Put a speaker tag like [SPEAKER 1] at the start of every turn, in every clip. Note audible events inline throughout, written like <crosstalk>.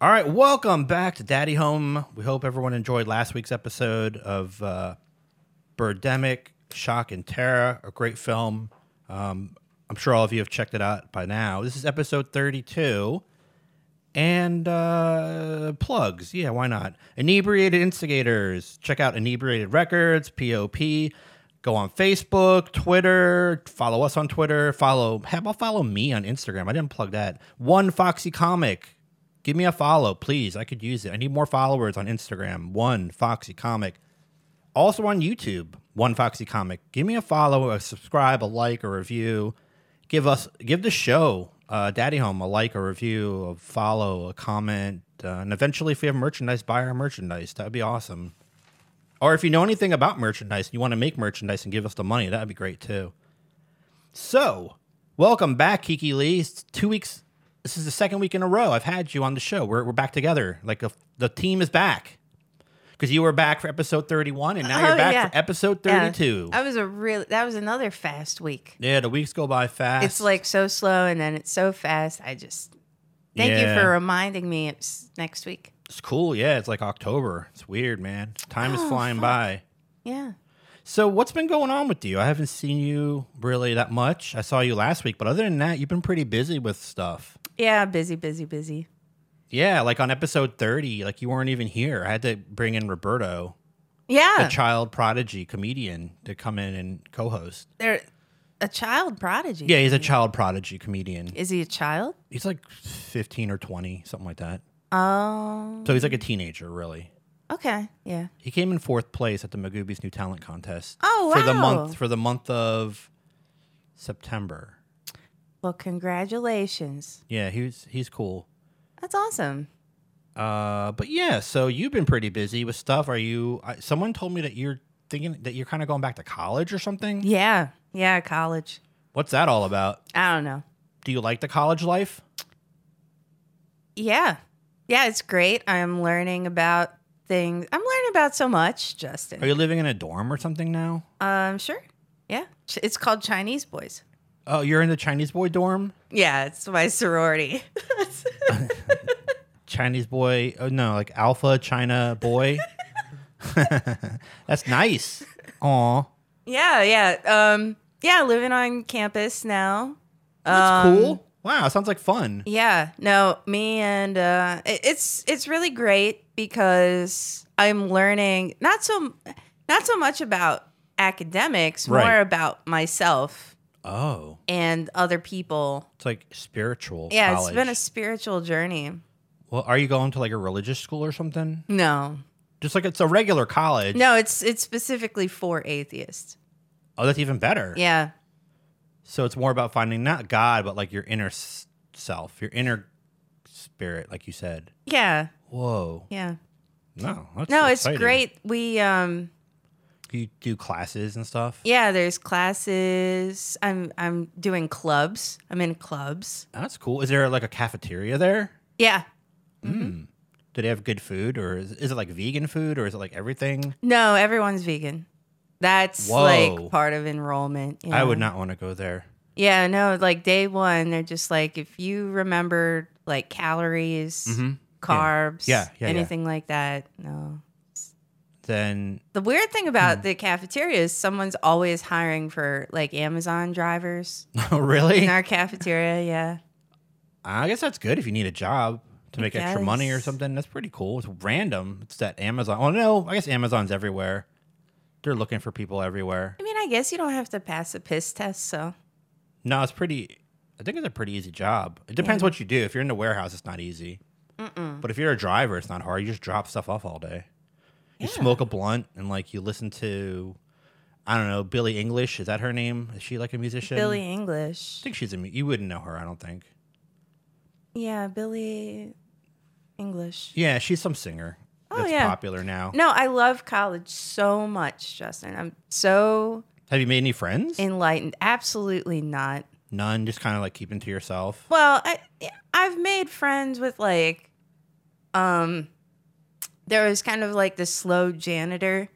[SPEAKER 1] All right, welcome back to Daddy Home. We hope everyone enjoyed last week's episode of uh, Birdemic, Shock and Terror, a great film. Um, I'm sure all of you have checked it out by now. This is episode 32. And uh, plugs, yeah, why not? Inebriated Instigators. Check out Inebriated Records, POP. Go on Facebook, Twitter. Follow us on Twitter. Follow, how about follow me on Instagram? I didn't plug that. One Foxy Comic. Give me a follow, please. I could use it. I need more followers on Instagram. One Foxy Comic. Also on YouTube, One Foxy Comic. Give me a follow, a subscribe, a like, a review. Give us, give the show, uh, Daddy Home, a like, a review, a follow, a comment, uh, and eventually, if we have merchandise, buy our merchandise. That'd be awesome. Or if you know anything about merchandise, and you want to make merchandise and give us the money, that'd be great too. So, welcome back, Kiki Lee. It's two weeks. This is the second week in a row I've had you on the show. We're, we're back together. Like a, the team is back because you were back for episode thirty-one, and now
[SPEAKER 2] Oh,
[SPEAKER 1] you're back
[SPEAKER 2] yeah.
[SPEAKER 1] for episode
[SPEAKER 2] Yeah.
[SPEAKER 1] thirty-two. Yeah.
[SPEAKER 2] That was a really that was another fast week.
[SPEAKER 1] the weeks go by fast.
[SPEAKER 2] It's like so slow and then it's so fast. I just thank
[SPEAKER 1] Yeah.
[SPEAKER 2] you for reminding me it's next week.
[SPEAKER 1] it's cool. Yeah, it's like October. It's weird, man. Time is
[SPEAKER 2] Oh,
[SPEAKER 1] flying by.
[SPEAKER 2] Yeah.
[SPEAKER 1] So what's been going on with you? I haven't seen you really that much. I saw you last week, but other than that, you've been pretty busy with stuff.
[SPEAKER 2] Yeah, busy, busy, busy.
[SPEAKER 1] Yeah, like on episode 30, like you weren't even here. I had to bring in Roberto, the
[SPEAKER 2] Yeah.
[SPEAKER 1] child prodigy comedian, to come in and co-host.
[SPEAKER 2] They're a child prodigy.
[SPEAKER 1] Yeah, he's a child prodigy comedian.
[SPEAKER 2] Is he a child?
[SPEAKER 1] He's like 15 or 20, something like that.
[SPEAKER 2] Oh.
[SPEAKER 1] So he's like a teenager, really.
[SPEAKER 2] Okay. Yeah.
[SPEAKER 1] He came in fourth place at the Magoobies New Talent Contest.
[SPEAKER 2] Oh,
[SPEAKER 1] For the
[SPEAKER 2] wow.
[SPEAKER 1] month for the month of September.
[SPEAKER 2] Well, congratulations.
[SPEAKER 1] Yeah, he's he's cool.
[SPEAKER 2] That's awesome.
[SPEAKER 1] Uh, but yeah, so you've been pretty busy with stuff. Are you? I, someone told me that you're thinking that you're kind of going back to college or something.
[SPEAKER 2] Yeah. Yeah, college.
[SPEAKER 1] What's that all about?
[SPEAKER 2] I don't know.
[SPEAKER 1] Do you like the college life?
[SPEAKER 2] Yeah. Yeah, it's great. I'm learning about things. I'm learning about so much, Justin.
[SPEAKER 1] Are you living in a dorm or something now?
[SPEAKER 2] Um, sure. Yeah. Ch- It's called Chinese Boys.
[SPEAKER 1] Oh, you're in the Chinese boy dorm.
[SPEAKER 2] Yeah, it's my sorority. <laughs>
[SPEAKER 1] Chinese boy? Oh no, like alpha China boy. <laughs> That's nice. Aw,
[SPEAKER 2] yeah, yeah. Um, yeah, living on campus now.
[SPEAKER 1] that's
[SPEAKER 2] Um,
[SPEAKER 1] cool. Wow, sounds like fun.
[SPEAKER 2] Yeah. No, me and uh, it, it's it's really great because I'm learning not so not so much about academics,
[SPEAKER 1] Right.
[SPEAKER 2] more about myself
[SPEAKER 1] Oh,
[SPEAKER 2] and other people.
[SPEAKER 1] it's like spiritual.
[SPEAKER 2] Yeah,
[SPEAKER 1] college.
[SPEAKER 2] it's been a spiritual journey.
[SPEAKER 1] Well, are you going to like a religious school or something?
[SPEAKER 2] No.
[SPEAKER 1] Just like it's a regular college.
[SPEAKER 2] No, it's it's specifically for atheists.
[SPEAKER 1] Oh, that's even better.
[SPEAKER 2] Yeah.
[SPEAKER 1] So it's more about finding not God, but like your inner s- self, your inner spirit, like you said.
[SPEAKER 2] Yeah.
[SPEAKER 1] Whoa.
[SPEAKER 2] Yeah.
[SPEAKER 1] No, that's
[SPEAKER 2] No,
[SPEAKER 1] exciting.
[SPEAKER 2] it's great. We um
[SPEAKER 1] You do classes and stuff.
[SPEAKER 2] yeah, there's classes. I'm I'm doing clubs. I'm in clubs.
[SPEAKER 1] That's cool. Is there like a cafeteria there? Hmm.
[SPEAKER 2] Yeah. Mm-hmm.
[SPEAKER 1] Do they have good food, or is, is it like vegan food, or is it like everything?
[SPEAKER 2] No, everyone's vegan. That's
[SPEAKER 1] Whoa.
[SPEAKER 2] like part of enrollment. you
[SPEAKER 1] I
[SPEAKER 2] know?
[SPEAKER 1] would not want to go there.
[SPEAKER 2] Yeah, no, like day one, they're just like if you remember like calories, carbs,
[SPEAKER 1] Mm-hmm. Yeah, yeah, yeah.
[SPEAKER 2] anything like that. No.
[SPEAKER 1] Then <laughs>
[SPEAKER 2] The weird thing about
[SPEAKER 1] Hmm.
[SPEAKER 2] the cafeteria is someone's always hiring for like Amazon drivers
[SPEAKER 1] oh, really, <laughs>
[SPEAKER 2] in our cafeteria. Yeah.
[SPEAKER 1] I guess that's good if you need a job to make extra money or
[SPEAKER 2] guess.
[SPEAKER 1] something. That's pretty cool. It's random. It's that Amazon. Oh no, I guess Amazon's everywhere. They're looking for people everywhere.
[SPEAKER 2] I mean, I guess you don't have to pass a piss test, so
[SPEAKER 1] No, it's pretty. I think it's a pretty easy job. It depends what you do. If you're in the warehouse, it's not easy. But if you're a driver, it's not hard. You just drop stuff off all day. You smoke a blunt and like you listen to, I don't know, Billie English. Is that her name? Is she like a musician?
[SPEAKER 2] Billy
[SPEAKER 1] I
[SPEAKER 2] English.
[SPEAKER 1] think she's a. mu- You wouldn't know her, I don't think.
[SPEAKER 2] Yeah, Billy English.
[SPEAKER 1] Yeah, she's some singer.
[SPEAKER 2] Oh,
[SPEAKER 1] that's
[SPEAKER 2] yeah.
[SPEAKER 1] popular now.
[SPEAKER 2] No, I love college so much, Justin. I'm so
[SPEAKER 1] Have you made any friends?
[SPEAKER 2] enlightened. Absolutely not.
[SPEAKER 1] None. Just kind of like keeping to yourself.
[SPEAKER 2] Well, I yeah, I've made friends with like um there was kind of like the slow janitor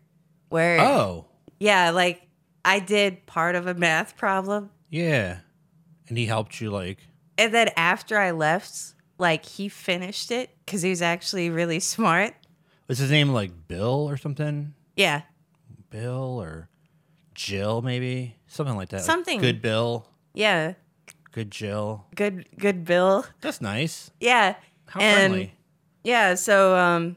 [SPEAKER 2] where
[SPEAKER 1] Oh,
[SPEAKER 2] yeah, like I did part of a math problem
[SPEAKER 1] yeah. And he helped you like.
[SPEAKER 2] and then after I left, like he finished it because he was actually really <laughs> smart.
[SPEAKER 1] Is his name like Bill or something?
[SPEAKER 2] Yeah,
[SPEAKER 1] Bill or Jill, maybe something like that. like
[SPEAKER 2] Something.
[SPEAKER 1] good Bill,
[SPEAKER 2] yeah,
[SPEAKER 1] good Jill.
[SPEAKER 2] good, good Bill.
[SPEAKER 1] That's nice.
[SPEAKER 2] Yeah,
[SPEAKER 1] How
[SPEAKER 2] And-
[SPEAKER 1] friendly.
[SPEAKER 2] yeah. So, um,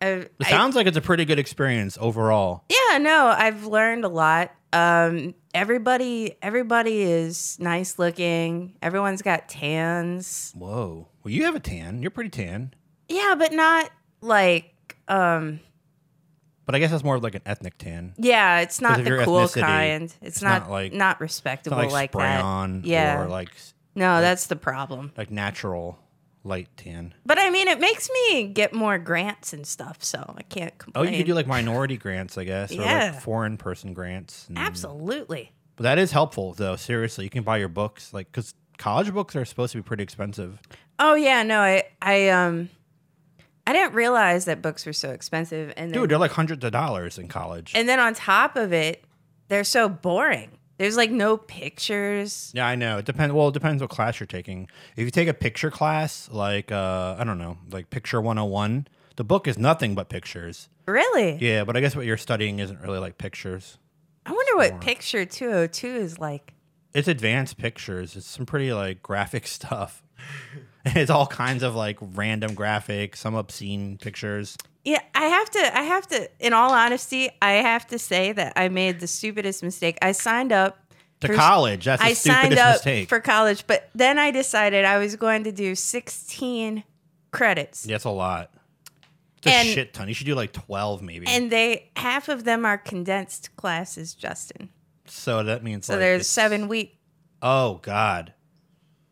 [SPEAKER 2] I,
[SPEAKER 1] It
[SPEAKER 2] I-
[SPEAKER 1] sounds like it's a pretty good experience overall.
[SPEAKER 2] yeah, no, I've learned a lot. Um, everybody, everybody is nice looking. Everyone's got tans.
[SPEAKER 1] Whoa. Well, you have a tan. You're pretty tan,
[SPEAKER 2] Yeah, but not like um
[SPEAKER 1] but I guess that's more of like an ethnic tan.
[SPEAKER 2] yeah, it's not
[SPEAKER 1] of
[SPEAKER 2] the
[SPEAKER 1] your
[SPEAKER 2] cool
[SPEAKER 1] ethnicity,
[SPEAKER 2] kind. It's, not, like not
[SPEAKER 1] It's
[SPEAKER 2] respectable
[SPEAKER 1] not like,
[SPEAKER 2] like,
[SPEAKER 1] spray
[SPEAKER 2] that.
[SPEAKER 1] on
[SPEAKER 2] Yeah.
[SPEAKER 1] or like s-
[SPEAKER 2] no, that's the problem.
[SPEAKER 1] like natural light tan.
[SPEAKER 2] But I mean, it makes me get more grants and stuff, so I can't
[SPEAKER 1] Oh,
[SPEAKER 2] complain.
[SPEAKER 1] you could do like minority grants, I guess, or
[SPEAKER 2] Yeah.
[SPEAKER 1] like foreign person grants. and-
[SPEAKER 2] Absolutely.
[SPEAKER 1] But that is helpful though. Seriously, you can buy your books like because college books are supposed to be pretty expensive.
[SPEAKER 2] Oh yeah, no, I I um I didn't realize that books were so expensive and then,
[SPEAKER 1] Dude, they're like hundreds of dollars in college.
[SPEAKER 2] and then on top of it, they're so boring. There's like no pictures.
[SPEAKER 1] Yeah, I know. It depends. Well, it depends what class you're taking. If you take a picture class, like uh, I don't know, like picture 101, the book is nothing but pictures.
[SPEAKER 2] Really?
[SPEAKER 1] Yeah, but I guess what you're studying isn't really like pictures.
[SPEAKER 2] I wonder what picture 202 is like.
[SPEAKER 1] It's advanced pictures. It's some pretty like graphic <laughs> stuff. it's all kinds of like random graphics, some obscene pictures.
[SPEAKER 2] Yeah, I have to. I have to. In all honesty, I have to say that I made the stupidest mistake. I signed up.
[SPEAKER 1] To
[SPEAKER 2] for-
[SPEAKER 1] college, that's the
[SPEAKER 2] I signed
[SPEAKER 1] stupidest
[SPEAKER 2] up
[SPEAKER 1] mistake.
[SPEAKER 2] for college, but then I decided I was going to do sixteen credits,
[SPEAKER 1] yeah, it's a lot. It's a
[SPEAKER 2] And-
[SPEAKER 1] shit ton. You should do like 12 maybe.
[SPEAKER 2] and they half of them are condensed classes, Justin.
[SPEAKER 1] so that means
[SPEAKER 2] So
[SPEAKER 1] like
[SPEAKER 2] there's
[SPEAKER 1] it's-
[SPEAKER 2] seven week,
[SPEAKER 1] Oh god.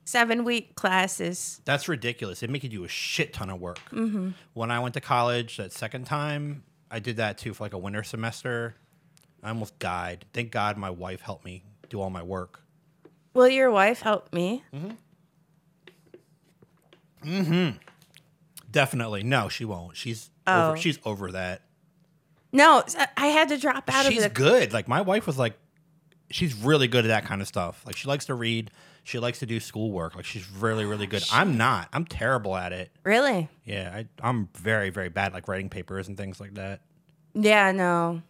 [SPEAKER 2] seven week classes.
[SPEAKER 1] That's ridiculous. It make you do a shit ton of work.
[SPEAKER 2] Mm-hmm.
[SPEAKER 1] When I went to college that second time, I did that too for like a winter semester. I almost died. Thank God my wife helped me do all my work.
[SPEAKER 2] Will your wife help me?
[SPEAKER 1] Mm-hmm. Definitely. No, she won't. She's
[SPEAKER 2] Oh.
[SPEAKER 1] over, she's over that.
[SPEAKER 2] No, I had to drop out
[SPEAKER 1] she's
[SPEAKER 2] of the.
[SPEAKER 1] good. Like my wife was like she's really good at that kind of stuff. Like she likes to read. She likes to do schoolwork. Like she's really,
[SPEAKER 2] Oh,
[SPEAKER 1] really good. I'm not. I'm terrible at it.
[SPEAKER 2] Really?
[SPEAKER 1] Yeah, I, I'm very, very bad like writing papers and things like that.
[SPEAKER 2] Yeah. No,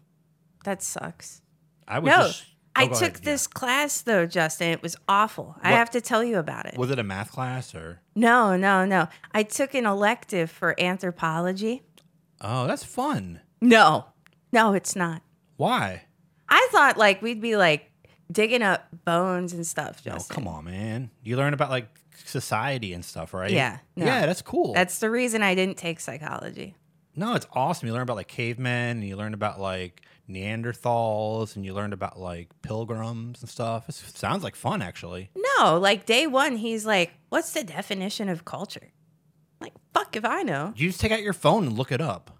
[SPEAKER 2] that sucks.
[SPEAKER 1] I would
[SPEAKER 2] No,
[SPEAKER 1] just
[SPEAKER 2] I
[SPEAKER 1] oh, go
[SPEAKER 2] took
[SPEAKER 1] ahead. Yeah.
[SPEAKER 2] this class though, Justin. It was awful. I
[SPEAKER 1] What-
[SPEAKER 2] have to tell you about it.
[SPEAKER 1] Was it a math class or?
[SPEAKER 2] No, no, no. I took an elective for anthropology.
[SPEAKER 1] Oh, that's fun.
[SPEAKER 2] No, no, it's not.
[SPEAKER 1] Why?
[SPEAKER 2] I thought like we'd be like digging up bones and stuff,
[SPEAKER 1] Oh,
[SPEAKER 2] Justin.
[SPEAKER 1] come on, man. You learn about like society and stuff, right?
[SPEAKER 2] Yeah, no.
[SPEAKER 1] Yeah, that's cool.
[SPEAKER 2] That's the reason I didn't take psychology.
[SPEAKER 1] no, it's awesome. You learn about like cavemen and you learn about like Neanderthals and you learn about like pilgrims and stuff. It sounds like fun actually.
[SPEAKER 2] No, like day one, he's like, "What's the definition of culture?" Like, fuck if I know. <laughs>
[SPEAKER 1] You just take out your phone and look it up.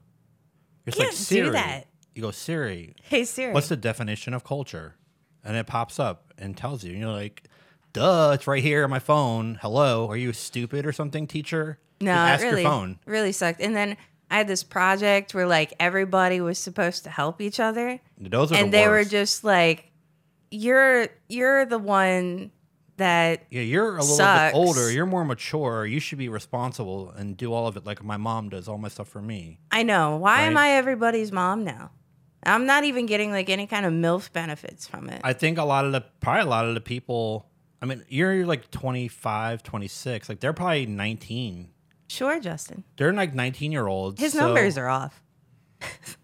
[SPEAKER 1] It's like
[SPEAKER 2] Can't do
[SPEAKER 1] Siri.
[SPEAKER 2] that.
[SPEAKER 1] You go, Siri,
[SPEAKER 2] Hey Siri,
[SPEAKER 1] what's the definition of culture? And it pops up and tells you, and you're like, duh, it's right here on my phone. Hello, are you stupid or something, teacher?
[SPEAKER 2] No,
[SPEAKER 1] Just
[SPEAKER 2] it
[SPEAKER 1] ask
[SPEAKER 2] really,
[SPEAKER 1] your phone.
[SPEAKER 2] really sucked. And then I had this project where like everybody was supposed to help each other,
[SPEAKER 1] Those are
[SPEAKER 2] and
[SPEAKER 1] the
[SPEAKER 2] they
[SPEAKER 1] worst.
[SPEAKER 2] were just like, "You're you're the one that
[SPEAKER 1] yeah, you're a little
[SPEAKER 2] sucks.
[SPEAKER 1] bit older. You're more mature. You should be responsible and do all of it like my mom does all my stuff for me.
[SPEAKER 2] I know. Why am
[SPEAKER 1] Right.
[SPEAKER 2] I everybody's mom now? I'm not even getting like any kind of milf benefits from it.
[SPEAKER 1] I think a lot of the probably a lot of the people. I mean, you're like 25, 26. Like they're probably 19.
[SPEAKER 2] sure, Justin,
[SPEAKER 1] They're like 19 year olds.
[SPEAKER 2] his numbers are off.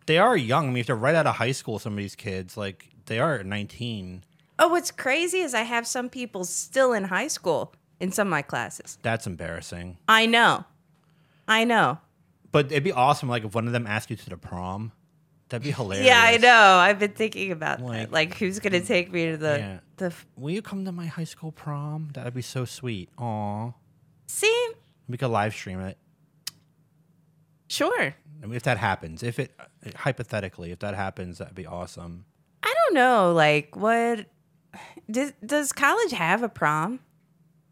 [SPEAKER 1] They are young. I mean, if they're right out of high school, some of these kids like they are 19.
[SPEAKER 2] Oh, what's crazy is I have some people still in high school in some of my classes.
[SPEAKER 1] That's embarrassing.
[SPEAKER 2] I know, I know.
[SPEAKER 1] But it'd be awesome, like if one of them asked you to the prom, that'd be hilarious.
[SPEAKER 2] <laughs> Yeah, I know. I've been thinking about that.
[SPEAKER 1] Like- mm,
[SPEAKER 2] Like, who's gonna take me to the
[SPEAKER 1] Yeah.
[SPEAKER 2] the? f-
[SPEAKER 1] Will you come to my high school prom? That'd be so sweet. Aw,
[SPEAKER 2] See,
[SPEAKER 1] we could live stream it.
[SPEAKER 2] sure.
[SPEAKER 1] I mean, if that happens, if it hypothetically, if that happens, that'd be awesome.
[SPEAKER 2] I don't know. Like, what does does college have a prom,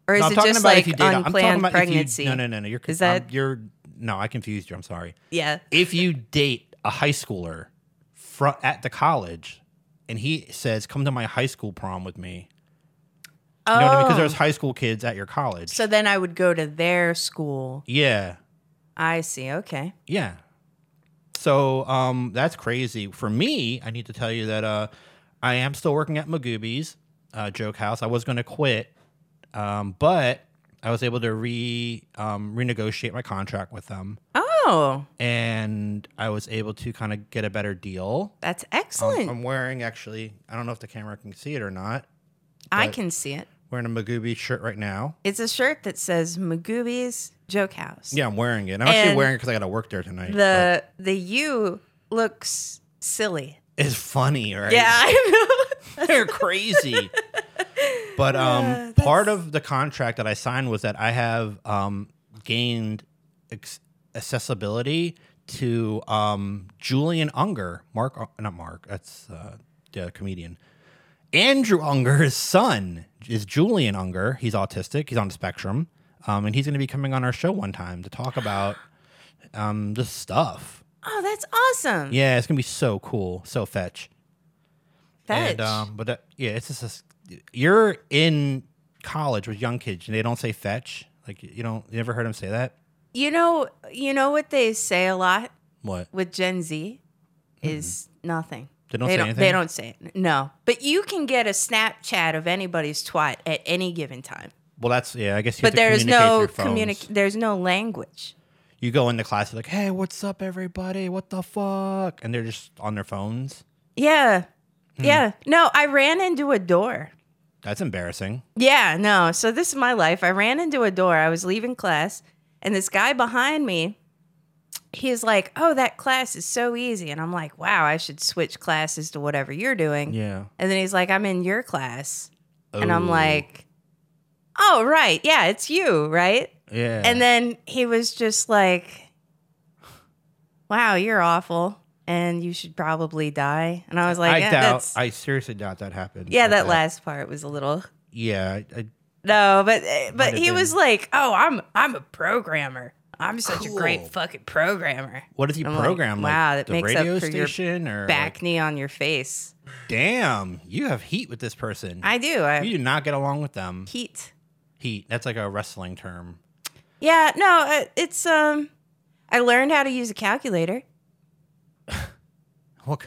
[SPEAKER 2] or is
[SPEAKER 1] No, I'm
[SPEAKER 2] it
[SPEAKER 1] talking
[SPEAKER 2] just
[SPEAKER 1] about
[SPEAKER 2] like
[SPEAKER 1] if you did. I'm talking
[SPEAKER 2] unplanned
[SPEAKER 1] about
[SPEAKER 2] pregnancy?
[SPEAKER 1] If you, no, no, no, no. You're
[SPEAKER 2] Is
[SPEAKER 1] I'm-
[SPEAKER 2] that-
[SPEAKER 1] you're no? I confused you. I'm sorry.
[SPEAKER 2] Yeah.
[SPEAKER 1] If you date a high schooler fro at the college, and he says, "Come to my high school prom with me,"
[SPEAKER 2] Oh,
[SPEAKER 1] you know what I mean? Because there's high school kids at your college.
[SPEAKER 2] so then I would go to their school
[SPEAKER 1] yeah.
[SPEAKER 2] I see. Okay.
[SPEAKER 1] Yeah. So um, that's crazy. For me, I need to tell you that uh, I am still working at Magoobies uh, Joke House. I was going to quit, um, but I was able to re um, renegotiate my contract with them,
[SPEAKER 2] Oh,
[SPEAKER 1] and I was able to kind of get a better deal.
[SPEAKER 2] that's
[SPEAKER 1] Um,
[SPEAKER 2] excellent.
[SPEAKER 1] I'm wearing actually. I don't know if the camera can see it or not.
[SPEAKER 2] I
[SPEAKER 1] but-
[SPEAKER 2] can see it.
[SPEAKER 1] Wearing a Magoobies shirt right now.
[SPEAKER 2] It's a shirt that says Magoobies Joke House.
[SPEAKER 1] Yeah, I'm wearing it. I'm actually
[SPEAKER 2] And
[SPEAKER 1] wearing it because I got to work there tonight. but
[SPEAKER 2] The the U looks silly.
[SPEAKER 1] it's funny, right?
[SPEAKER 2] Yeah, I
[SPEAKER 1] <laughs>
[SPEAKER 2] know. <laughs>
[SPEAKER 1] They're crazy. But um, part of the contract that I signed was that I have um, gained ex- accessibility to um, Julian Unger, Mark, not Mark, that's uh, the comedian. Andrew Unger's son is Julian Unger. He's autistic. He's on the spectrum, um, and he's going to be coming on our show one time to talk about um, this stuff.
[SPEAKER 2] oh, that's awesome.
[SPEAKER 1] Yeah, it's going to be so cool, so fetch.
[SPEAKER 2] Fetch.
[SPEAKER 1] And, um, but that, yeah, it's just a s you're in college with young kids and they don't say fetch. Like you don't you never heard them say that.
[SPEAKER 2] you know, you know what they say a lot
[SPEAKER 1] What
[SPEAKER 2] with Gen Z is nothing.
[SPEAKER 1] Mm-hmm. They don't
[SPEAKER 2] they
[SPEAKER 1] say
[SPEAKER 2] don't,
[SPEAKER 1] anything?
[SPEAKER 2] They don't say it. No, but you can get a Snapchat of anybody's twat at any given time.
[SPEAKER 1] Well, that's yeah. I guess. You
[SPEAKER 2] But there is no
[SPEAKER 1] communication.
[SPEAKER 2] communic. There's no language.
[SPEAKER 1] You go into class, you're like, hey, what's up, everybody? What the fuck? And they're just on their phones.
[SPEAKER 2] Yeah,
[SPEAKER 1] Hmm.
[SPEAKER 2] yeah. No, I ran into a door.
[SPEAKER 1] That's embarrassing.
[SPEAKER 2] Yeah, no. So this is my life. I ran into a door. I was leaving class, and this guy behind me, he's like, "Oh, that class is so easy," and I'm like, "Wow, I should switch classes to whatever you're doing."
[SPEAKER 1] Yeah.
[SPEAKER 2] And then he's like, "I'm in your class," and I'm
[SPEAKER 1] Oh,
[SPEAKER 2] like, "Oh, right, yeah, it's you, right?"
[SPEAKER 1] yeah.
[SPEAKER 2] And then he was just like, "Wow, you're awful, and you should probably die." And I was like,
[SPEAKER 1] I
[SPEAKER 2] "Yeah,
[SPEAKER 1] doubt.
[SPEAKER 2] that's-
[SPEAKER 1] I seriously doubt that happened.
[SPEAKER 2] yeah
[SPEAKER 1] like
[SPEAKER 2] that last part was a little."
[SPEAKER 1] Yeah. I, I,
[SPEAKER 2] No, but eh,
[SPEAKER 1] Might
[SPEAKER 2] but
[SPEAKER 1] have
[SPEAKER 2] he
[SPEAKER 1] been.
[SPEAKER 2] was like, "Oh, I'm I'm a programmer. I'm such a
[SPEAKER 1] Cool.
[SPEAKER 2] great fucking programmer."
[SPEAKER 1] what does he
[SPEAKER 2] I'm like,
[SPEAKER 1] program? Like,
[SPEAKER 2] wow, that
[SPEAKER 1] the
[SPEAKER 2] makes up
[SPEAKER 1] radio
[SPEAKER 2] for your
[SPEAKER 1] station or
[SPEAKER 2] Back
[SPEAKER 1] like,
[SPEAKER 2] knee on your face.
[SPEAKER 1] damn, you have heat with this person.
[SPEAKER 2] I do. I
[SPEAKER 1] you do not get along with them.
[SPEAKER 2] heat.
[SPEAKER 1] Heat. That's like a wrestling term.
[SPEAKER 2] Yeah, no, I- it's um I learned how to use a calculator.
[SPEAKER 1] What? ki-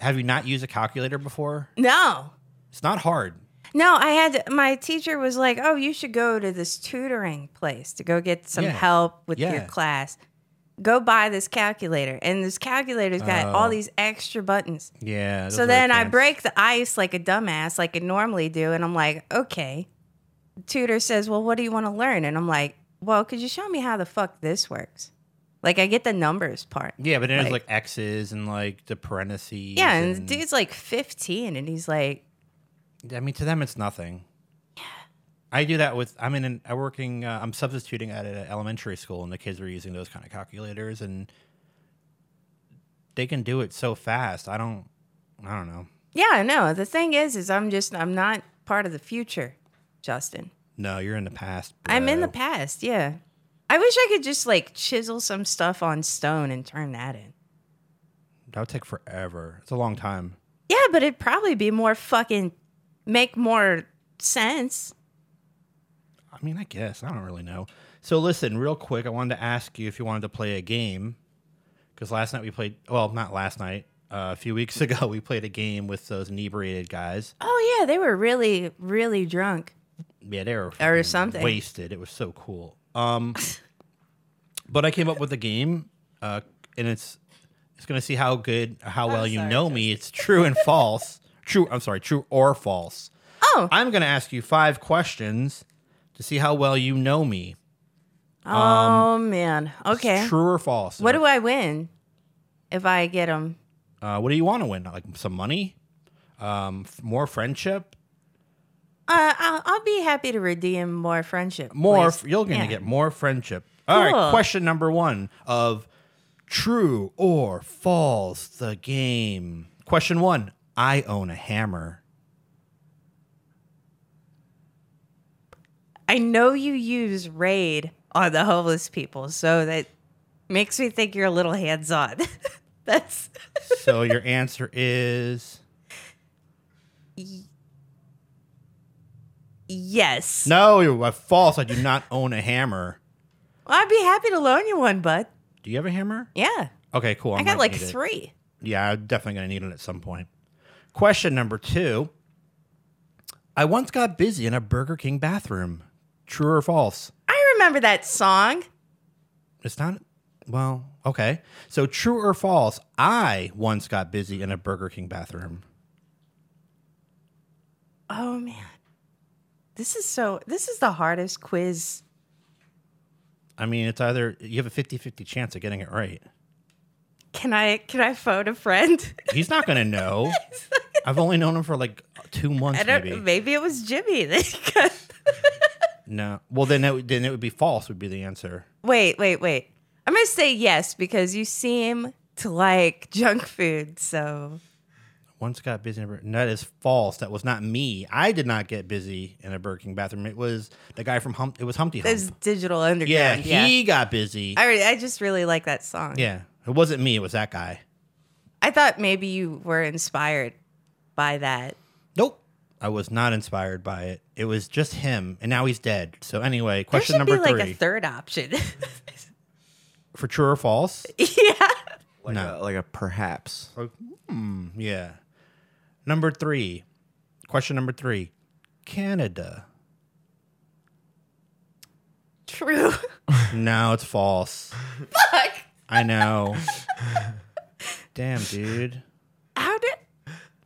[SPEAKER 1] Have you not used a calculator before?
[SPEAKER 2] No.
[SPEAKER 1] It's not hard.
[SPEAKER 2] No, I had my teacher was like, "Oh, you should go to this tutoring place to go get some
[SPEAKER 1] Yeah.
[SPEAKER 2] help with your
[SPEAKER 1] Yeah.
[SPEAKER 2] class. Go buy this calculator." And this calculator's got all
[SPEAKER 1] Oh.
[SPEAKER 2] these extra buttons.
[SPEAKER 1] Yeah.
[SPEAKER 2] So then I break the ice like a dumbass, like I normally do, and I'm like, okay. Tutor says, well, what do you want to learn? And I'm like, well, could you show me how the fuck this works? Like I get the numbers part.
[SPEAKER 1] Yeah, but then there's
[SPEAKER 2] like-
[SPEAKER 1] like X's and like the parentheses.
[SPEAKER 2] Yeah, and the dude's like 15, and he's like,
[SPEAKER 1] I mean, to them, it's nothing. I do that with. I'm in. An, I'm working. Uh, I'm substituting at an elementary school, and the kids are using those kind of calculators, and they can do it so fast. I don't. I don't know.
[SPEAKER 2] yeah, no. The thing is, is I'm just I'm not part of the future, Justin.
[SPEAKER 1] No, you're in the past.
[SPEAKER 2] I'm in the
[SPEAKER 1] bro.
[SPEAKER 2] past. Yeah, I wish I could just like chisel some stuff on stone and turn that in.
[SPEAKER 1] That would take forever. It's a long time.
[SPEAKER 2] Yeah, but it'd probably be more fucking make more sense.
[SPEAKER 1] I mean, I guess I don't really know. So listen, real quick, I wanted to ask you if you wanted to play a game because last night we played. Well, not last night. Uh, a few weeks <laughs> ago, we played a game with those inebriated guys.
[SPEAKER 2] Oh yeah, they were really, really drunk.
[SPEAKER 1] Yeah, they were fucking
[SPEAKER 2] something.
[SPEAKER 1] wasted. It was so cool. Um, but I came up with a game, uh, and it's it's gonna see how good, how well you know me. It's true and false. True. I'm sorry. True or false.
[SPEAKER 2] Oh,
[SPEAKER 1] I'm gonna ask you five questions to see how well you know me.
[SPEAKER 2] oh man. Okay.
[SPEAKER 1] Um, True or false?
[SPEAKER 2] What do I win if I get them?
[SPEAKER 1] Uh, what do you want to win? Like some money, um, f- more friendship,
[SPEAKER 2] Uh, I'll, I'll be happy to redeem more friendship.
[SPEAKER 1] more.
[SPEAKER 2] please.
[SPEAKER 1] F- you're gonna
[SPEAKER 2] Yeah.
[SPEAKER 1] get more friendship. All right.
[SPEAKER 2] Cool.
[SPEAKER 1] Question number one of true or false. The game. Question one. I own a hammer.
[SPEAKER 2] I know you use raid on the homeless people, so that makes me think you're a little hands on. <laughs> That's
[SPEAKER 1] So
[SPEAKER 2] <laughs>
[SPEAKER 1] your answer is
[SPEAKER 2] yes.
[SPEAKER 1] no. You're uh, false. I do not own a hammer.
[SPEAKER 2] Well, I'd be happy to loan you one, bud.
[SPEAKER 1] Do you have a hammer?
[SPEAKER 2] Yeah.
[SPEAKER 1] Okay, cool.
[SPEAKER 2] i
[SPEAKER 1] I
[SPEAKER 2] got
[SPEAKER 1] might
[SPEAKER 2] like
[SPEAKER 1] need it.
[SPEAKER 2] three.
[SPEAKER 1] Yeah, I'm definitely going to need it at some point. Question number two I once got busy in a Burger King bathroom. True or false?
[SPEAKER 2] I remember that song.
[SPEAKER 1] It's not. Well, okay. So, true or false? I once got busy in a Burger King bathroom.
[SPEAKER 2] Oh man. This is so this is the hardest quiz.
[SPEAKER 1] I mean, it's either you have a 50 50 chance of getting it right.
[SPEAKER 2] Can I can I phone a friend? <laughs>
[SPEAKER 1] He's not going to know. I've only known him for like two months,
[SPEAKER 2] I don't
[SPEAKER 1] maybe.
[SPEAKER 2] maybe, maybe it was Jimmy. <laughs> that got-
[SPEAKER 1] No. Well, then it, would- then it would be false, would be the answer.
[SPEAKER 2] wait, wait, wait. I'm gonna say yes because you seem to like junk food, so
[SPEAKER 1] Once got busy in a Burger That is false. That was not me. I did not get busy in a Burger King bathroom. It was the guy from Hump. It was Humpty Hump.
[SPEAKER 2] there's digital
[SPEAKER 1] yeah,
[SPEAKER 2] underground. Yeah.
[SPEAKER 1] he got busy.
[SPEAKER 2] I, re- I just really like that song.
[SPEAKER 1] yeah. It wasn't me. It was that guy.
[SPEAKER 2] I thought maybe you were inspired by that.
[SPEAKER 1] Nope. I was not inspired by it. It was just him. And now he's dead. So, anyway,
[SPEAKER 2] There
[SPEAKER 1] question
[SPEAKER 2] should
[SPEAKER 1] number
[SPEAKER 2] be like
[SPEAKER 1] three
[SPEAKER 2] a third option. <laughs>
[SPEAKER 1] for true or false?
[SPEAKER 2] yeah.
[SPEAKER 3] Like,
[SPEAKER 1] No.
[SPEAKER 3] a, like a perhaps.
[SPEAKER 1] Yeah. Number three. Question number three Canada.
[SPEAKER 2] True.
[SPEAKER 1] No, it's false.
[SPEAKER 2] Fuck.
[SPEAKER 1] I
[SPEAKER 2] <laughs>
[SPEAKER 1] know. Damn, dude.
[SPEAKER 2] How did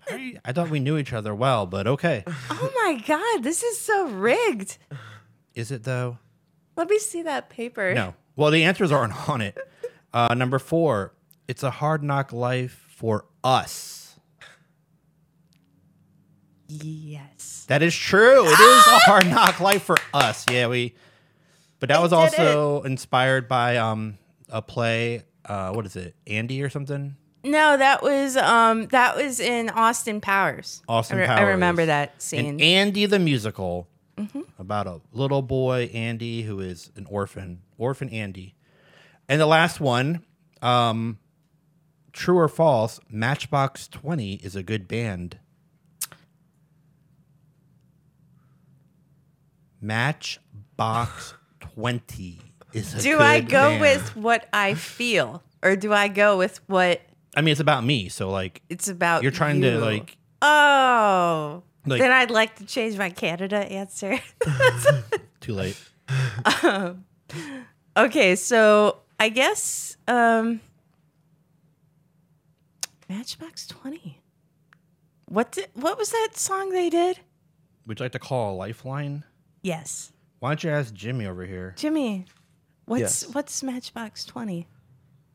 [SPEAKER 1] How you- I thought we knew each other well, but okay.
[SPEAKER 2] Oh my god, this is so rigged.
[SPEAKER 1] Is it though?
[SPEAKER 2] Let me see that paper.
[SPEAKER 1] No. Well, the answers aren't on it. Uh, number four, it's a hard knock life for us.
[SPEAKER 2] Yes.
[SPEAKER 1] That is true. It is
[SPEAKER 2] Ah!
[SPEAKER 1] a hard knock life for us. Yeah, we. But that was
[SPEAKER 2] did it.
[SPEAKER 1] also inspired by um a play. Uh, what is it? Andy or something?
[SPEAKER 2] No, that was um that was in Austin Powers.
[SPEAKER 1] Austin
[SPEAKER 2] I re- I
[SPEAKER 1] Powers.
[SPEAKER 2] remember that scene.
[SPEAKER 1] And Andy the musical
[SPEAKER 2] Mm-hmm.
[SPEAKER 1] about a little boy Andy who is an orphan, orphan Andy. And the last one, um, true or false? Matchbox Twenty is a good band. Matchbox Twenty is a
[SPEAKER 2] do
[SPEAKER 1] good
[SPEAKER 2] I go
[SPEAKER 1] band.
[SPEAKER 2] with what I feel or do I go with what
[SPEAKER 1] I mean, it's about me, so like
[SPEAKER 2] it's about
[SPEAKER 1] you're trying
[SPEAKER 2] you?
[SPEAKER 1] to like
[SPEAKER 2] Oh.
[SPEAKER 1] Like-
[SPEAKER 2] then I'd like to change my Canada answer. <laughs>
[SPEAKER 1] too late.
[SPEAKER 2] Okay, so I guess um Matchbox 20. What did, what was that song they did?
[SPEAKER 1] Would you like to call a lifeline?
[SPEAKER 2] Yes.
[SPEAKER 1] Why don't you ask Jimmy over here?
[SPEAKER 2] Jimmy, what's
[SPEAKER 3] Yes.
[SPEAKER 2] what's Matchbox 20?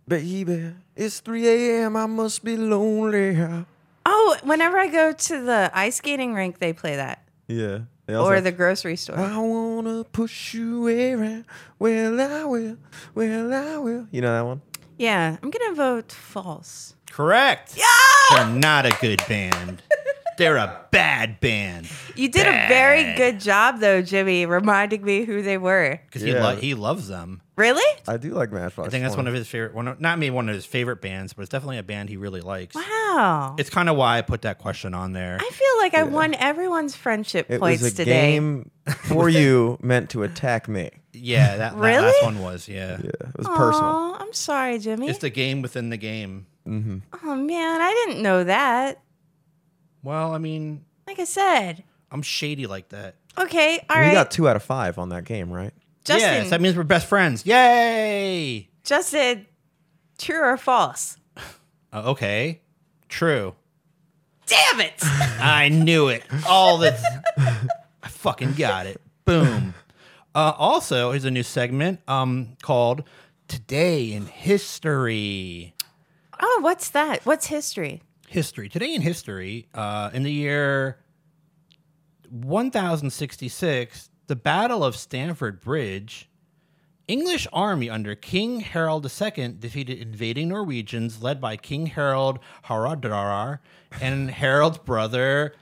[SPEAKER 3] Baby, it's 3 a.m. I must be lonely.
[SPEAKER 2] Oh, whenever I go to the ice skating rink they play that
[SPEAKER 3] Yeah.
[SPEAKER 2] or the grocery store.
[SPEAKER 3] I wanna push you around. Well, I will. Well, I will. You know that one?
[SPEAKER 2] Yeah, I'm going to vote false.
[SPEAKER 1] Correct. Yeah. They're not a good band. They're a bad band.
[SPEAKER 2] You did a very good job though, Jimmy, reminding me who they were.
[SPEAKER 1] Because
[SPEAKER 3] Yeah.
[SPEAKER 1] he, lo- he loves them.
[SPEAKER 2] Really?
[SPEAKER 3] I do like Matchbox.
[SPEAKER 1] I think that's one of his favorite. One of, not maybe one of his favorite bands, but it's definitely a band he really likes.
[SPEAKER 2] Wow.
[SPEAKER 1] It's kind of why I put that question on there.
[SPEAKER 2] I feel like I won everyone's friendship
[SPEAKER 3] It
[SPEAKER 2] points
[SPEAKER 3] was a
[SPEAKER 2] today.
[SPEAKER 3] game
[SPEAKER 2] <laughs>
[SPEAKER 3] for you meant to attack me.
[SPEAKER 1] yeah, that, that
[SPEAKER 2] Really?
[SPEAKER 1] last one was. Yeah.
[SPEAKER 3] Yeah, it was personal.
[SPEAKER 2] Aw, I'm sorry, Jimmy.
[SPEAKER 1] it's the game within the game.
[SPEAKER 2] oh man, I didn't know that.
[SPEAKER 1] Well, I mean,
[SPEAKER 2] Like I said.
[SPEAKER 1] I'm shady like that.
[SPEAKER 2] Okay, all
[SPEAKER 3] we
[SPEAKER 2] right.
[SPEAKER 3] got two out of five on that game, right?
[SPEAKER 2] Justin,
[SPEAKER 1] Yes, that means we're best friends. Yay!
[SPEAKER 2] Justin, true or false?
[SPEAKER 1] Uh, okay, true.
[SPEAKER 2] Damn it!
[SPEAKER 1] I knew it. All this. I fucking got it. Boom. Uh, also, here's a new segment um, called Today in History.
[SPEAKER 2] <laughs> oh, what's that? What's history?
[SPEAKER 1] History. Today in History, uh, in the year 1066, the Battle of Stamford Bridge, English army under King Harold II defeated invading Norwegians led by King Harold Haraldrar and Harold's brother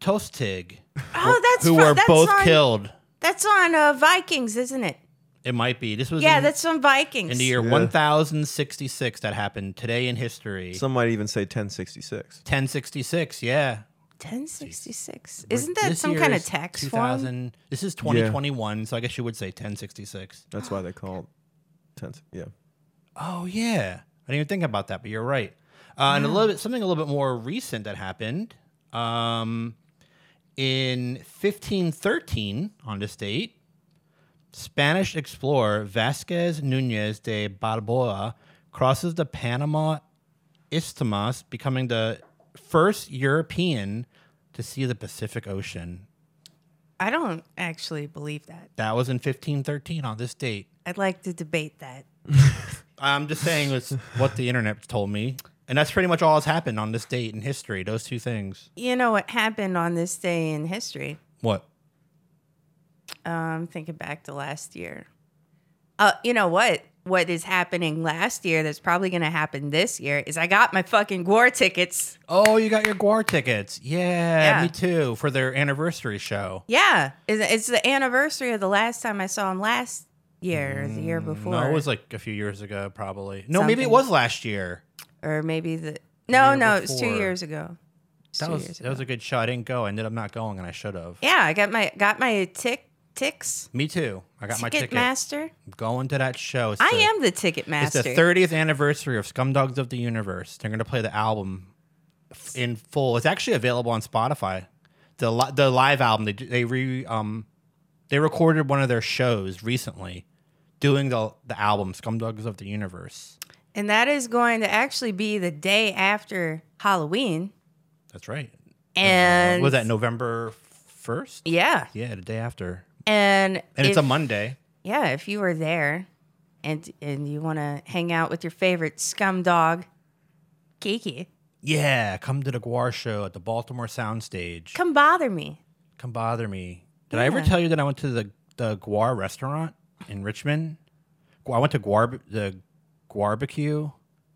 [SPEAKER 1] Tostig.
[SPEAKER 2] Oh, that's
[SPEAKER 1] who
[SPEAKER 2] fun-
[SPEAKER 1] were
[SPEAKER 2] that's
[SPEAKER 1] both
[SPEAKER 2] on,
[SPEAKER 1] killed.
[SPEAKER 2] That's on uh, Vikings, isn't it?
[SPEAKER 1] It might be. This was
[SPEAKER 2] Yeah,
[SPEAKER 1] in,
[SPEAKER 2] that's on Vikings.
[SPEAKER 1] in the year 1066 that happened today in history.
[SPEAKER 3] Some might even say 1066.
[SPEAKER 1] 1066, yeah.
[SPEAKER 2] 1066. Isn't that some kind of tax form?
[SPEAKER 1] This is 2021, so I guess you would say 1066.
[SPEAKER 3] That's why they call it tense. Yeah.
[SPEAKER 1] Oh yeah, I didn't even think about that, but you're right. Uh, And a little bit something a little bit more recent that happened. Um, in 1513, on this date, Spanish explorer Vasquez Nunez de Balboa crosses the Panama Isthmus, becoming the first European to see the Pacific Ocean.
[SPEAKER 2] I don't actually believe that.
[SPEAKER 1] That was in 1513 on this date.
[SPEAKER 2] I'd like to debate that.
[SPEAKER 1] I'm just saying it's what the internet told me. And that's pretty much all that's happened on this date in history, those two things.
[SPEAKER 2] You know what happened on this day in history?
[SPEAKER 1] What?
[SPEAKER 2] Um, thinking back to last year. Uh, you know what? What is happening last year that's probably going to happen this year is I got my fucking war tickets.
[SPEAKER 1] Oh, you got your Guar tickets. Yeah,
[SPEAKER 2] Yeah.
[SPEAKER 1] me too, for their anniversary show.
[SPEAKER 2] Yeah, it's, it's the anniversary of the last time I saw him last year or the year before,
[SPEAKER 1] Mm, No, it was like a few years ago, probably. No, maybe it
[SPEAKER 2] Something.
[SPEAKER 1] was last year.
[SPEAKER 2] or maybe the no,
[SPEAKER 1] year
[SPEAKER 2] no, it was two
[SPEAKER 1] before.
[SPEAKER 2] years ago. It's
[SPEAKER 1] That
[SPEAKER 2] two
[SPEAKER 1] was
[SPEAKER 2] years
[SPEAKER 1] that was a good show. I didn't go. I ended up not going, and I should have.
[SPEAKER 2] yeah, I got my got my tick ticks.
[SPEAKER 1] Me too. I got my
[SPEAKER 2] ticket
[SPEAKER 1] ticket.
[SPEAKER 2] master.
[SPEAKER 1] I'm going to that show. It's
[SPEAKER 2] I
[SPEAKER 1] the-
[SPEAKER 2] am the ticket
[SPEAKER 1] It's
[SPEAKER 2] master.
[SPEAKER 1] the 30th anniversary of Scumdogs of the Universe. They're going to play the album f- in full. It's actually available on Spotify. The li- the live album they d- they re um they recorded one of their shows recently doing the the album Scumdogs of the Universe.
[SPEAKER 2] And that is going to actually be the day after Halloween.
[SPEAKER 1] That's right.
[SPEAKER 2] And
[SPEAKER 1] Uh, Was that November 1st?
[SPEAKER 2] Yeah.
[SPEAKER 1] Yeah, the day after.
[SPEAKER 2] And,
[SPEAKER 1] And it's a
[SPEAKER 2] if-
[SPEAKER 1] Monday.
[SPEAKER 2] yeah, if you were there and and you want to hang out with your favorite scum dog, Kiki,
[SPEAKER 1] Yeah, come to the Guar show at the Baltimore Soundstage.
[SPEAKER 2] come bother me.
[SPEAKER 1] Come bother me. Did I ever
[SPEAKER 2] Yeah.
[SPEAKER 1] tell you that I went to the the Guar restaurant in Richmond? Gu- I went to Guar the Guarbecue.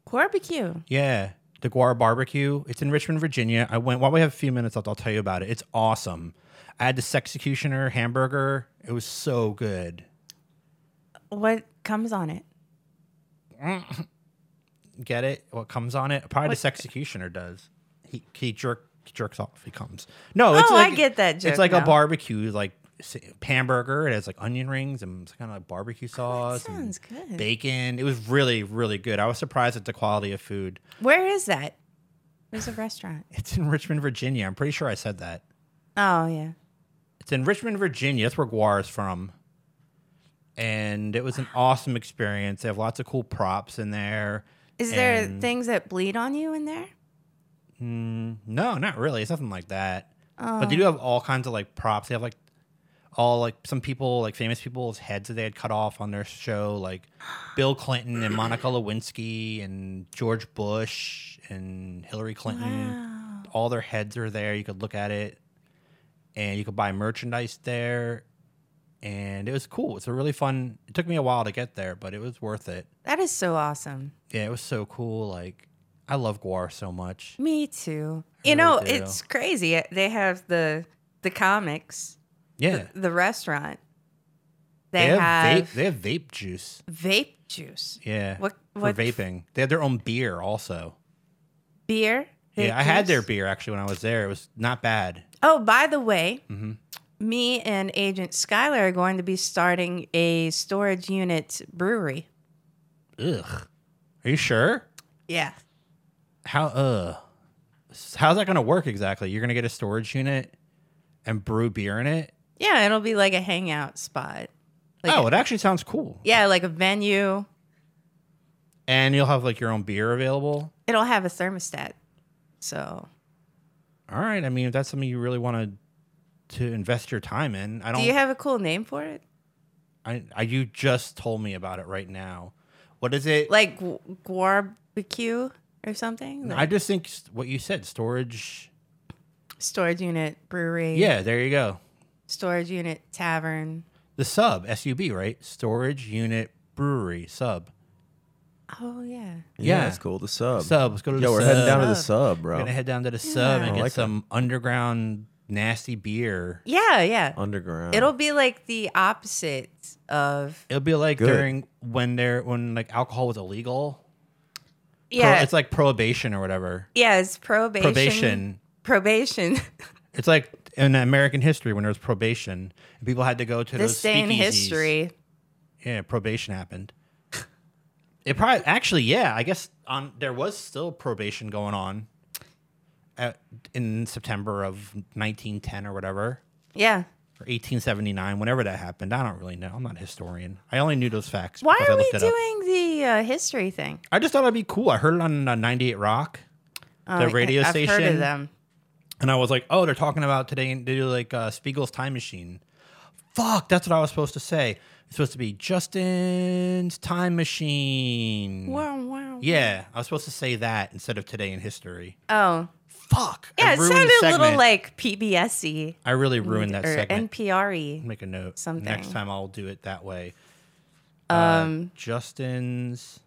[SPEAKER 2] Barbecue.
[SPEAKER 1] Yeah, the Guar barbecue. It's in Richmond, Virginia. I went while we have a few minutes left. I'll tell you about it. It's awesome. I had this executioner hamburger. It was so good.
[SPEAKER 2] What comes on it?
[SPEAKER 1] Get it? What comes on it? Probably this
[SPEAKER 2] What-
[SPEAKER 1] executioner does. He he jerk he jerks off. He comes. No, it's
[SPEAKER 2] Oh, I
[SPEAKER 1] like,
[SPEAKER 2] get that joke
[SPEAKER 1] It's like
[SPEAKER 2] now.
[SPEAKER 1] a barbecue like s- hamburger. It has like onion rings and kind of like barbecue sauce. and-
[SPEAKER 2] Oh, Sounds good.
[SPEAKER 1] bacon. It was really, really good. I was surprised at the quality of food.
[SPEAKER 2] Where is that? There's a restaurant.
[SPEAKER 1] It's in Richmond, Virginia. I'm pretty sure I said that.
[SPEAKER 2] Oh yeah.
[SPEAKER 1] It's in Richmond, Virginia. That's where Guar is from. And it was an awesome experience. They have lots of cool props in there.
[SPEAKER 2] Is there
[SPEAKER 1] And-
[SPEAKER 2] things that bleed on you in there?
[SPEAKER 1] No, not really. It's nothing like that. But they do have all kinds of like props. They have like all like some people, like famous people's heads that they had cut off on their show, like Bill Clinton and Monica Lewinsky and George Bush and Hillary Clinton. All their heads are there. You could look at it and you could buy merchandise there. And it was cool. It's a really fun. It took me a while to get there, but it was worth it.
[SPEAKER 2] That is so awesome.
[SPEAKER 1] Yeah, it was so cool. Like, I love Guar so much.
[SPEAKER 2] Me too.
[SPEAKER 1] really
[SPEAKER 2] You know,
[SPEAKER 1] do.
[SPEAKER 2] it's crazy. They have the the comics,
[SPEAKER 1] Yeah.
[SPEAKER 2] the restaurant.
[SPEAKER 1] They,
[SPEAKER 2] They,
[SPEAKER 1] have,
[SPEAKER 2] have,
[SPEAKER 1] vape. They have vape juice.
[SPEAKER 2] vape juice,
[SPEAKER 1] Yeah.
[SPEAKER 2] What-
[SPEAKER 1] for
[SPEAKER 2] what-
[SPEAKER 1] vaping? They have their own beer also.
[SPEAKER 2] beer.
[SPEAKER 1] yeah,
[SPEAKER 2] vape
[SPEAKER 1] I had their
[SPEAKER 2] juice.
[SPEAKER 1] beer actually when I was there. It was not bad.
[SPEAKER 2] Oh, by the way,
[SPEAKER 1] Mm-hmm.
[SPEAKER 2] me and Agent Skylar are going to be starting a storage unit brewery.
[SPEAKER 1] Ugh. Are you sure?
[SPEAKER 2] Yeah.
[SPEAKER 1] How? Uh. How's that going to work exactly? You're going to get a storage unit and brew beer in it.
[SPEAKER 2] Yeah, it'll be like a hangout spot. Like
[SPEAKER 1] oh, it actually sounds cool.
[SPEAKER 2] Yeah, like a venue.
[SPEAKER 1] And you'll have like your own beer available.
[SPEAKER 2] It'll have a thermostat. So,
[SPEAKER 1] All right. I mean, if that's something you really want to to invest your time in, I don't.
[SPEAKER 2] do you have a cool name for it?
[SPEAKER 1] I, I you just told me about it right now. What is it?
[SPEAKER 2] Like gu- barbecue or something? Like
[SPEAKER 1] I just think s- what you said, storage.
[SPEAKER 2] storage unit brewery.
[SPEAKER 1] Yeah, there you go.
[SPEAKER 2] Storage unit tavern.
[SPEAKER 1] The sub, S U B, right? Storage Unit Brewery sub.
[SPEAKER 2] Oh yeah.
[SPEAKER 1] Yeah.
[SPEAKER 3] That's cool. The sub.
[SPEAKER 1] Sub. Let's go to
[SPEAKER 3] Yo,
[SPEAKER 1] the
[SPEAKER 3] we're
[SPEAKER 1] sub.
[SPEAKER 3] heading down to the
[SPEAKER 2] Sub.
[SPEAKER 3] sub,
[SPEAKER 1] We're
[SPEAKER 3] bro.
[SPEAKER 1] gonna head down to the sub
[SPEAKER 2] Yeah.
[SPEAKER 1] and
[SPEAKER 2] I
[SPEAKER 1] get
[SPEAKER 3] like that.
[SPEAKER 1] some underground nasty beer.
[SPEAKER 2] Yeah, yeah.
[SPEAKER 1] Oh,
[SPEAKER 3] Underground.
[SPEAKER 2] It'll be like the opposite of
[SPEAKER 1] It'll be like
[SPEAKER 3] Good.
[SPEAKER 1] during when there when like alcohol was illegal. Pro-
[SPEAKER 2] yeah.
[SPEAKER 1] it's like prohibition or whatever.
[SPEAKER 2] yeah, it's probation.
[SPEAKER 1] Probation. <laughs>
[SPEAKER 2] probation.
[SPEAKER 1] It's like in American history when there was probation and people had to go to
[SPEAKER 2] this
[SPEAKER 1] those
[SPEAKER 2] day in
[SPEAKER 1] speakeasies.
[SPEAKER 2] history.
[SPEAKER 1] Yeah, probation happened. It probably actually, yeah, I guess on there was still probation going on at, in September of 1910 or whatever.
[SPEAKER 2] Yeah.
[SPEAKER 1] Or 1879, whenever that happened, I don't really know. I'm not a historian. I only knew those facts.
[SPEAKER 2] Why
[SPEAKER 1] because I
[SPEAKER 2] are we
[SPEAKER 1] looked it up.
[SPEAKER 2] doing the uh, history thing?
[SPEAKER 1] I just thought it'd be cool. I heard it on uh, 98 Rock,
[SPEAKER 2] Oh,
[SPEAKER 1] the radio
[SPEAKER 2] I- I've
[SPEAKER 1] station,
[SPEAKER 2] heard of them.
[SPEAKER 1] and I was like, "Oh, they're talking about today and they do like uh, Spiegel's Time Machine." Fuck, that's what I was supposed to say. It's supposed to be Justin's Time Machine.
[SPEAKER 2] Wow, wow.
[SPEAKER 1] Yeah, I was supposed to say that instead of today in history.
[SPEAKER 2] Oh,
[SPEAKER 1] Fuck. I
[SPEAKER 2] yeah. It
[SPEAKER 1] ruined
[SPEAKER 2] sounded a little
[SPEAKER 1] segment.
[SPEAKER 2] like PBSy
[SPEAKER 1] I really ruined that
[SPEAKER 2] E or
[SPEAKER 1] segment.
[SPEAKER 2] NPRE.
[SPEAKER 1] Make a note.
[SPEAKER 2] something.
[SPEAKER 1] Next time I'll do it that way. Um, Justin's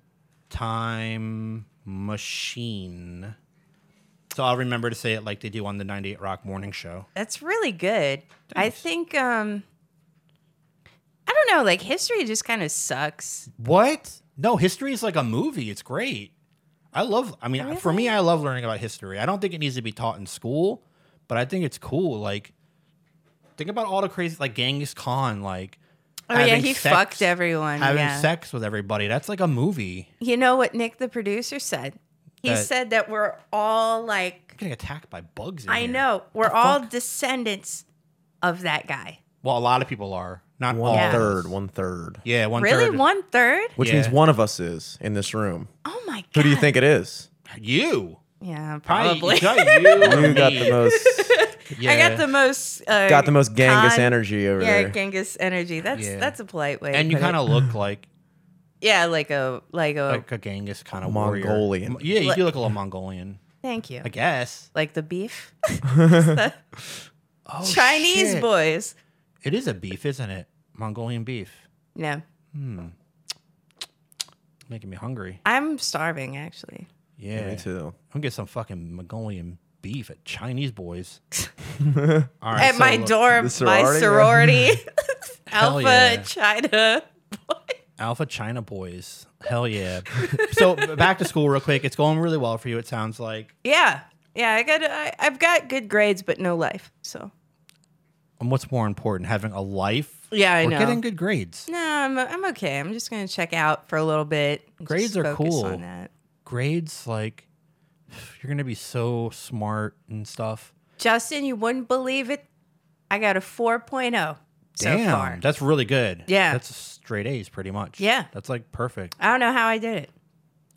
[SPEAKER 1] time machine. So I'll remember to say it like they do on the 98 Rock morning show.
[SPEAKER 2] That's really good. I think. um I don't know. Like history just kind of sucks.
[SPEAKER 1] What? No, history is like a movie. It's great. I love, I mean, for me, I love learning about history. I don't think it needs to be taught in school, but I think it's cool. Like, think about all the crazy, like Genghis Khan, like,
[SPEAKER 2] Oh yeah,
[SPEAKER 1] having
[SPEAKER 2] he
[SPEAKER 1] sex-
[SPEAKER 2] fucked everyone.
[SPEAKER 1] Having
[SPEAKER 2] yeah.
[SPEAKER 1] sex with everybody. That's like a movie.
[SPEAKER 2] You know what Nick the producer said? He
[SPEAKER 1] That-
[SPEAKER 2] said that we're all like
[SPEAKER 1] I'm getting attacked by bugs. In
[SPEAKER 2] I
[SPEAKER 1] here.
[SPEAKER 2] know, we're all
[SPEAKER 1] fuck?
[SPEAKER 2] descendants of that guy.
[SPEAKER 1] Well, a lot of people are. Not all.
[SPEAKER 3] One
[SPEAKER 2] Yeah.
[SPEAKER 3] third, one third.
[SPEAKER 1] Yeah, one
[SPEAKER 2] really?
[SPEAKER 1] third.
[SPEAKER 2] One third?
[SPEAKER 3] Which
[SPEAKER 1] Yeah.
[SPEAKER 3] means one of us is in this room.
[SPEAKER 2] Oh my god.
[SPEAKER 3] Who do you think it
[SPEAKER 2] <laughs>
[SPEAKER 3] is?
[SPEAKER 1] You.
[SPEAKER 2] Yeah,
[SPEAKER 1] Probably.
[SPEAKER 2] probably.
[SPEAKER 1] it's not you or
[SPEAKER 3] You got
[SPEAKER 1] me.
[SPEAKER 3] the most
[SPEAKER 1] Yeah.
[SPEAKER 2] <laughs> I got the most uh,
[SPEAKER 3] got the most Genghis
[SPEAKER 2] con-
[SPEAKER 3] energy over
[SPEAKER 2] Yeah,
[SPEAKER 3] there.
[SPEAKER 2] Genghis energy. That's
[SPEAKER 1] Yeah.
[SPEAKER 2] that's a polite way. to
[SPEAKER 1] And you
[SPEAKER 2] put it.
[SPEAKER 1] kind of look like
[SPEAKER 2] Yeah, like a like a
[SPEAKER 1] like a Genghis kind of
[SPEAKER 3] Oh. Mongolian.
[SPEAKER 1] Warrior. Yeah, you
[SPEAKER 2] Like-
[SPEAKER 1] do look a little Mongolian.
[SPEAKER 2] thank you.
[SPEAKER 1] I
[SPEAKER 2] Like,
[SPEAKER 1] guess.
[SPEAKER 2] the beef.
[SPEAKER 1] Oh,
[SPEAKER 2] <laughs> Chinese
[SPEAKER 1] shit.
[SPEAKER 2] boys.
[SPEAKER 1] It is a beef, isn't it? Mongolian beef.
[SPEAKER 2] Yeah.
[SPEAKER 1] Making me hungry.
[SPEAKER 2] I'm starving actually.
[SPEAKER 1] Yeah.
[SPEAKER 3] Me too.
[SPEAKER 1] I'm gonna get some fucking Mongolian beef at Chinese boys.
[SPEAKER 2] <laughs>
[SPEAKER 1] All right,
[SPEAKER 2] At
[SPEAKER 1] so
[SPEAKER 2] my
[SPEAKER 1] look,
[SPEAKER 2] dorm,
[SPEAKER 3] The
[SPEAKER 2] my
[SPEAKER 1] <laughs>
[SPEAKER 3] sorority,
[SPEAKER 2] sorority, <laughs> Alpha
[SPEAKER 1] yeah.
[SPEAKER 2] China boy.
[SPEAKER 1] Alpha China boys. Hell yeah. so <laughs> b- back to school real quick. It's going really well for you. It sounds like.
[SPEAKER 2] Yeah. Yeah, I got I, I've got good grades but no life. So
[SPEAKER 1] And what's more important, having a life?
[SPEAKER 2] Yeah, I
[SPEAKER 1] or
[SPEAKER 2] know.
[SPEAKER 1] Getting good grades.
[SPEAKER 2] no, I'm, I'm okay. I'm just gonna check out for a little bit. and
[SPEAKER 1] Grades
[SPEAKER 2] just
[SPEAKER 1] are
[SPEAKER 2] focus
[SPEAKER 1] cool.
[SPEAKER 2] On that.
[SPEAKER 1] Grades like <sighs> you're gonna be so smart and stuff.
[SPEAKER 2] Justin, you wouldn't believe it. I got a 4.0 so
[SPEAKER 1] Damn,
[SPEAKER 2] far.
[SPEAKER 1] that's really good.
[SPEAKER 2] Yeah.
[SPEAKER 1] that's straight A's pretty much.
[SPEAKER 2] Yeah.
[SPEAKER 1] that's like perfect.
[SPEAKER 2] I don't know how I did it.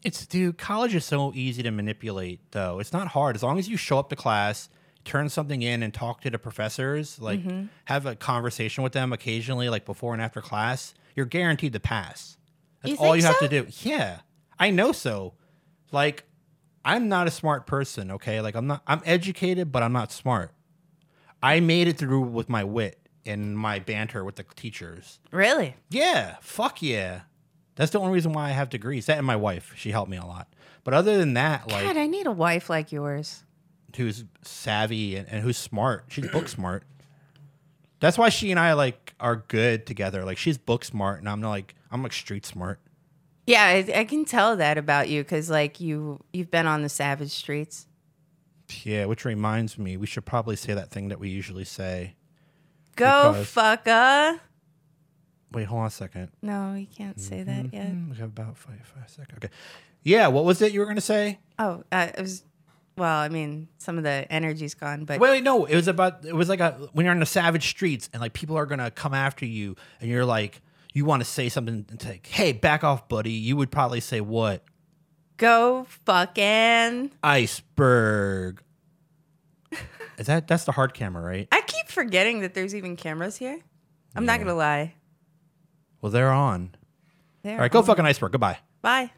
[SPEAKER 1] It's dude, college is so easy to manipulate though. It's not hard. As long as you show up to class, turn something in and talk to the professors, like
[SPEAKER 2] Mm-hmm.
[SPEAKER 1] have a conversation with them occasionally, like before and after class, you're guaranteed to pass. That's
[SPEAKER 2] You
[SPEAKER 1] all
[SPEAKER 2] think
[SPEAKER 1] you have
[SPEAKER 2] so?
[SPEAKER 1] to do. Yeah. I know so. Like, I'm not a smart person, okay? Like I'm not I'm educated, but I'm not smart. I made it through with my wit and my banter with the teachers.
[SPEAKER 2] Really?
[SPEAKER 1] Yeah, fuck yeah. That's the only reason why I have degrees. That and my wife, she helped me a lot. But other than that, like
[SPEAKER 2] God, I need a wife like yours.
[SPEAKER 1] who's savvy and, and who's smart, she's book smart. That's why she and I like are good together. Like she's book smart, and I'm like I'm like street smart.
[SPEAKER 2] Yeah, I, I can tell that about you because like you you've been on the savage streets.
[SPEAKER 1] Yeah, which reminds me, we should probably say that thing that we usually say.
[SPEAKER 2] Go
[SPEAKER 1] Because-
[SPEAKER 2] fucka.
[SPEAKER 1] Wait, hold on a second.
[SPEAKER 2] No, you can't say that yet.
[SPEAKER 1] Hmm, We have about five, five seconds. Okay. Yeah, what was it you were gonna say?
[SPEAKER 2] Oh, uh, it was. Well, I mean, some of the energy's gone, but
[SPEAKER 1] Wait, wait, no. It was about. It was like a when you're on the savage streets and like people are gonna come after you, and you're like, you want to say something and like, hey, back off, buddy. You would probably say what?
[SPEAKER 2] go fucking.
[SPEAKER 1] Iceberg. Is that that's the hard camera, right?
[SPEAKER 2] I keep forgetting that there's even cameras here. I'm not gonna lie.
[SPEAKER 1] Well, they're on.
[SPEAKER 2] There.
[SPEAKER 1] All right, go fucking iceberg. Goodbye.
[SPEAKER 2] Bye.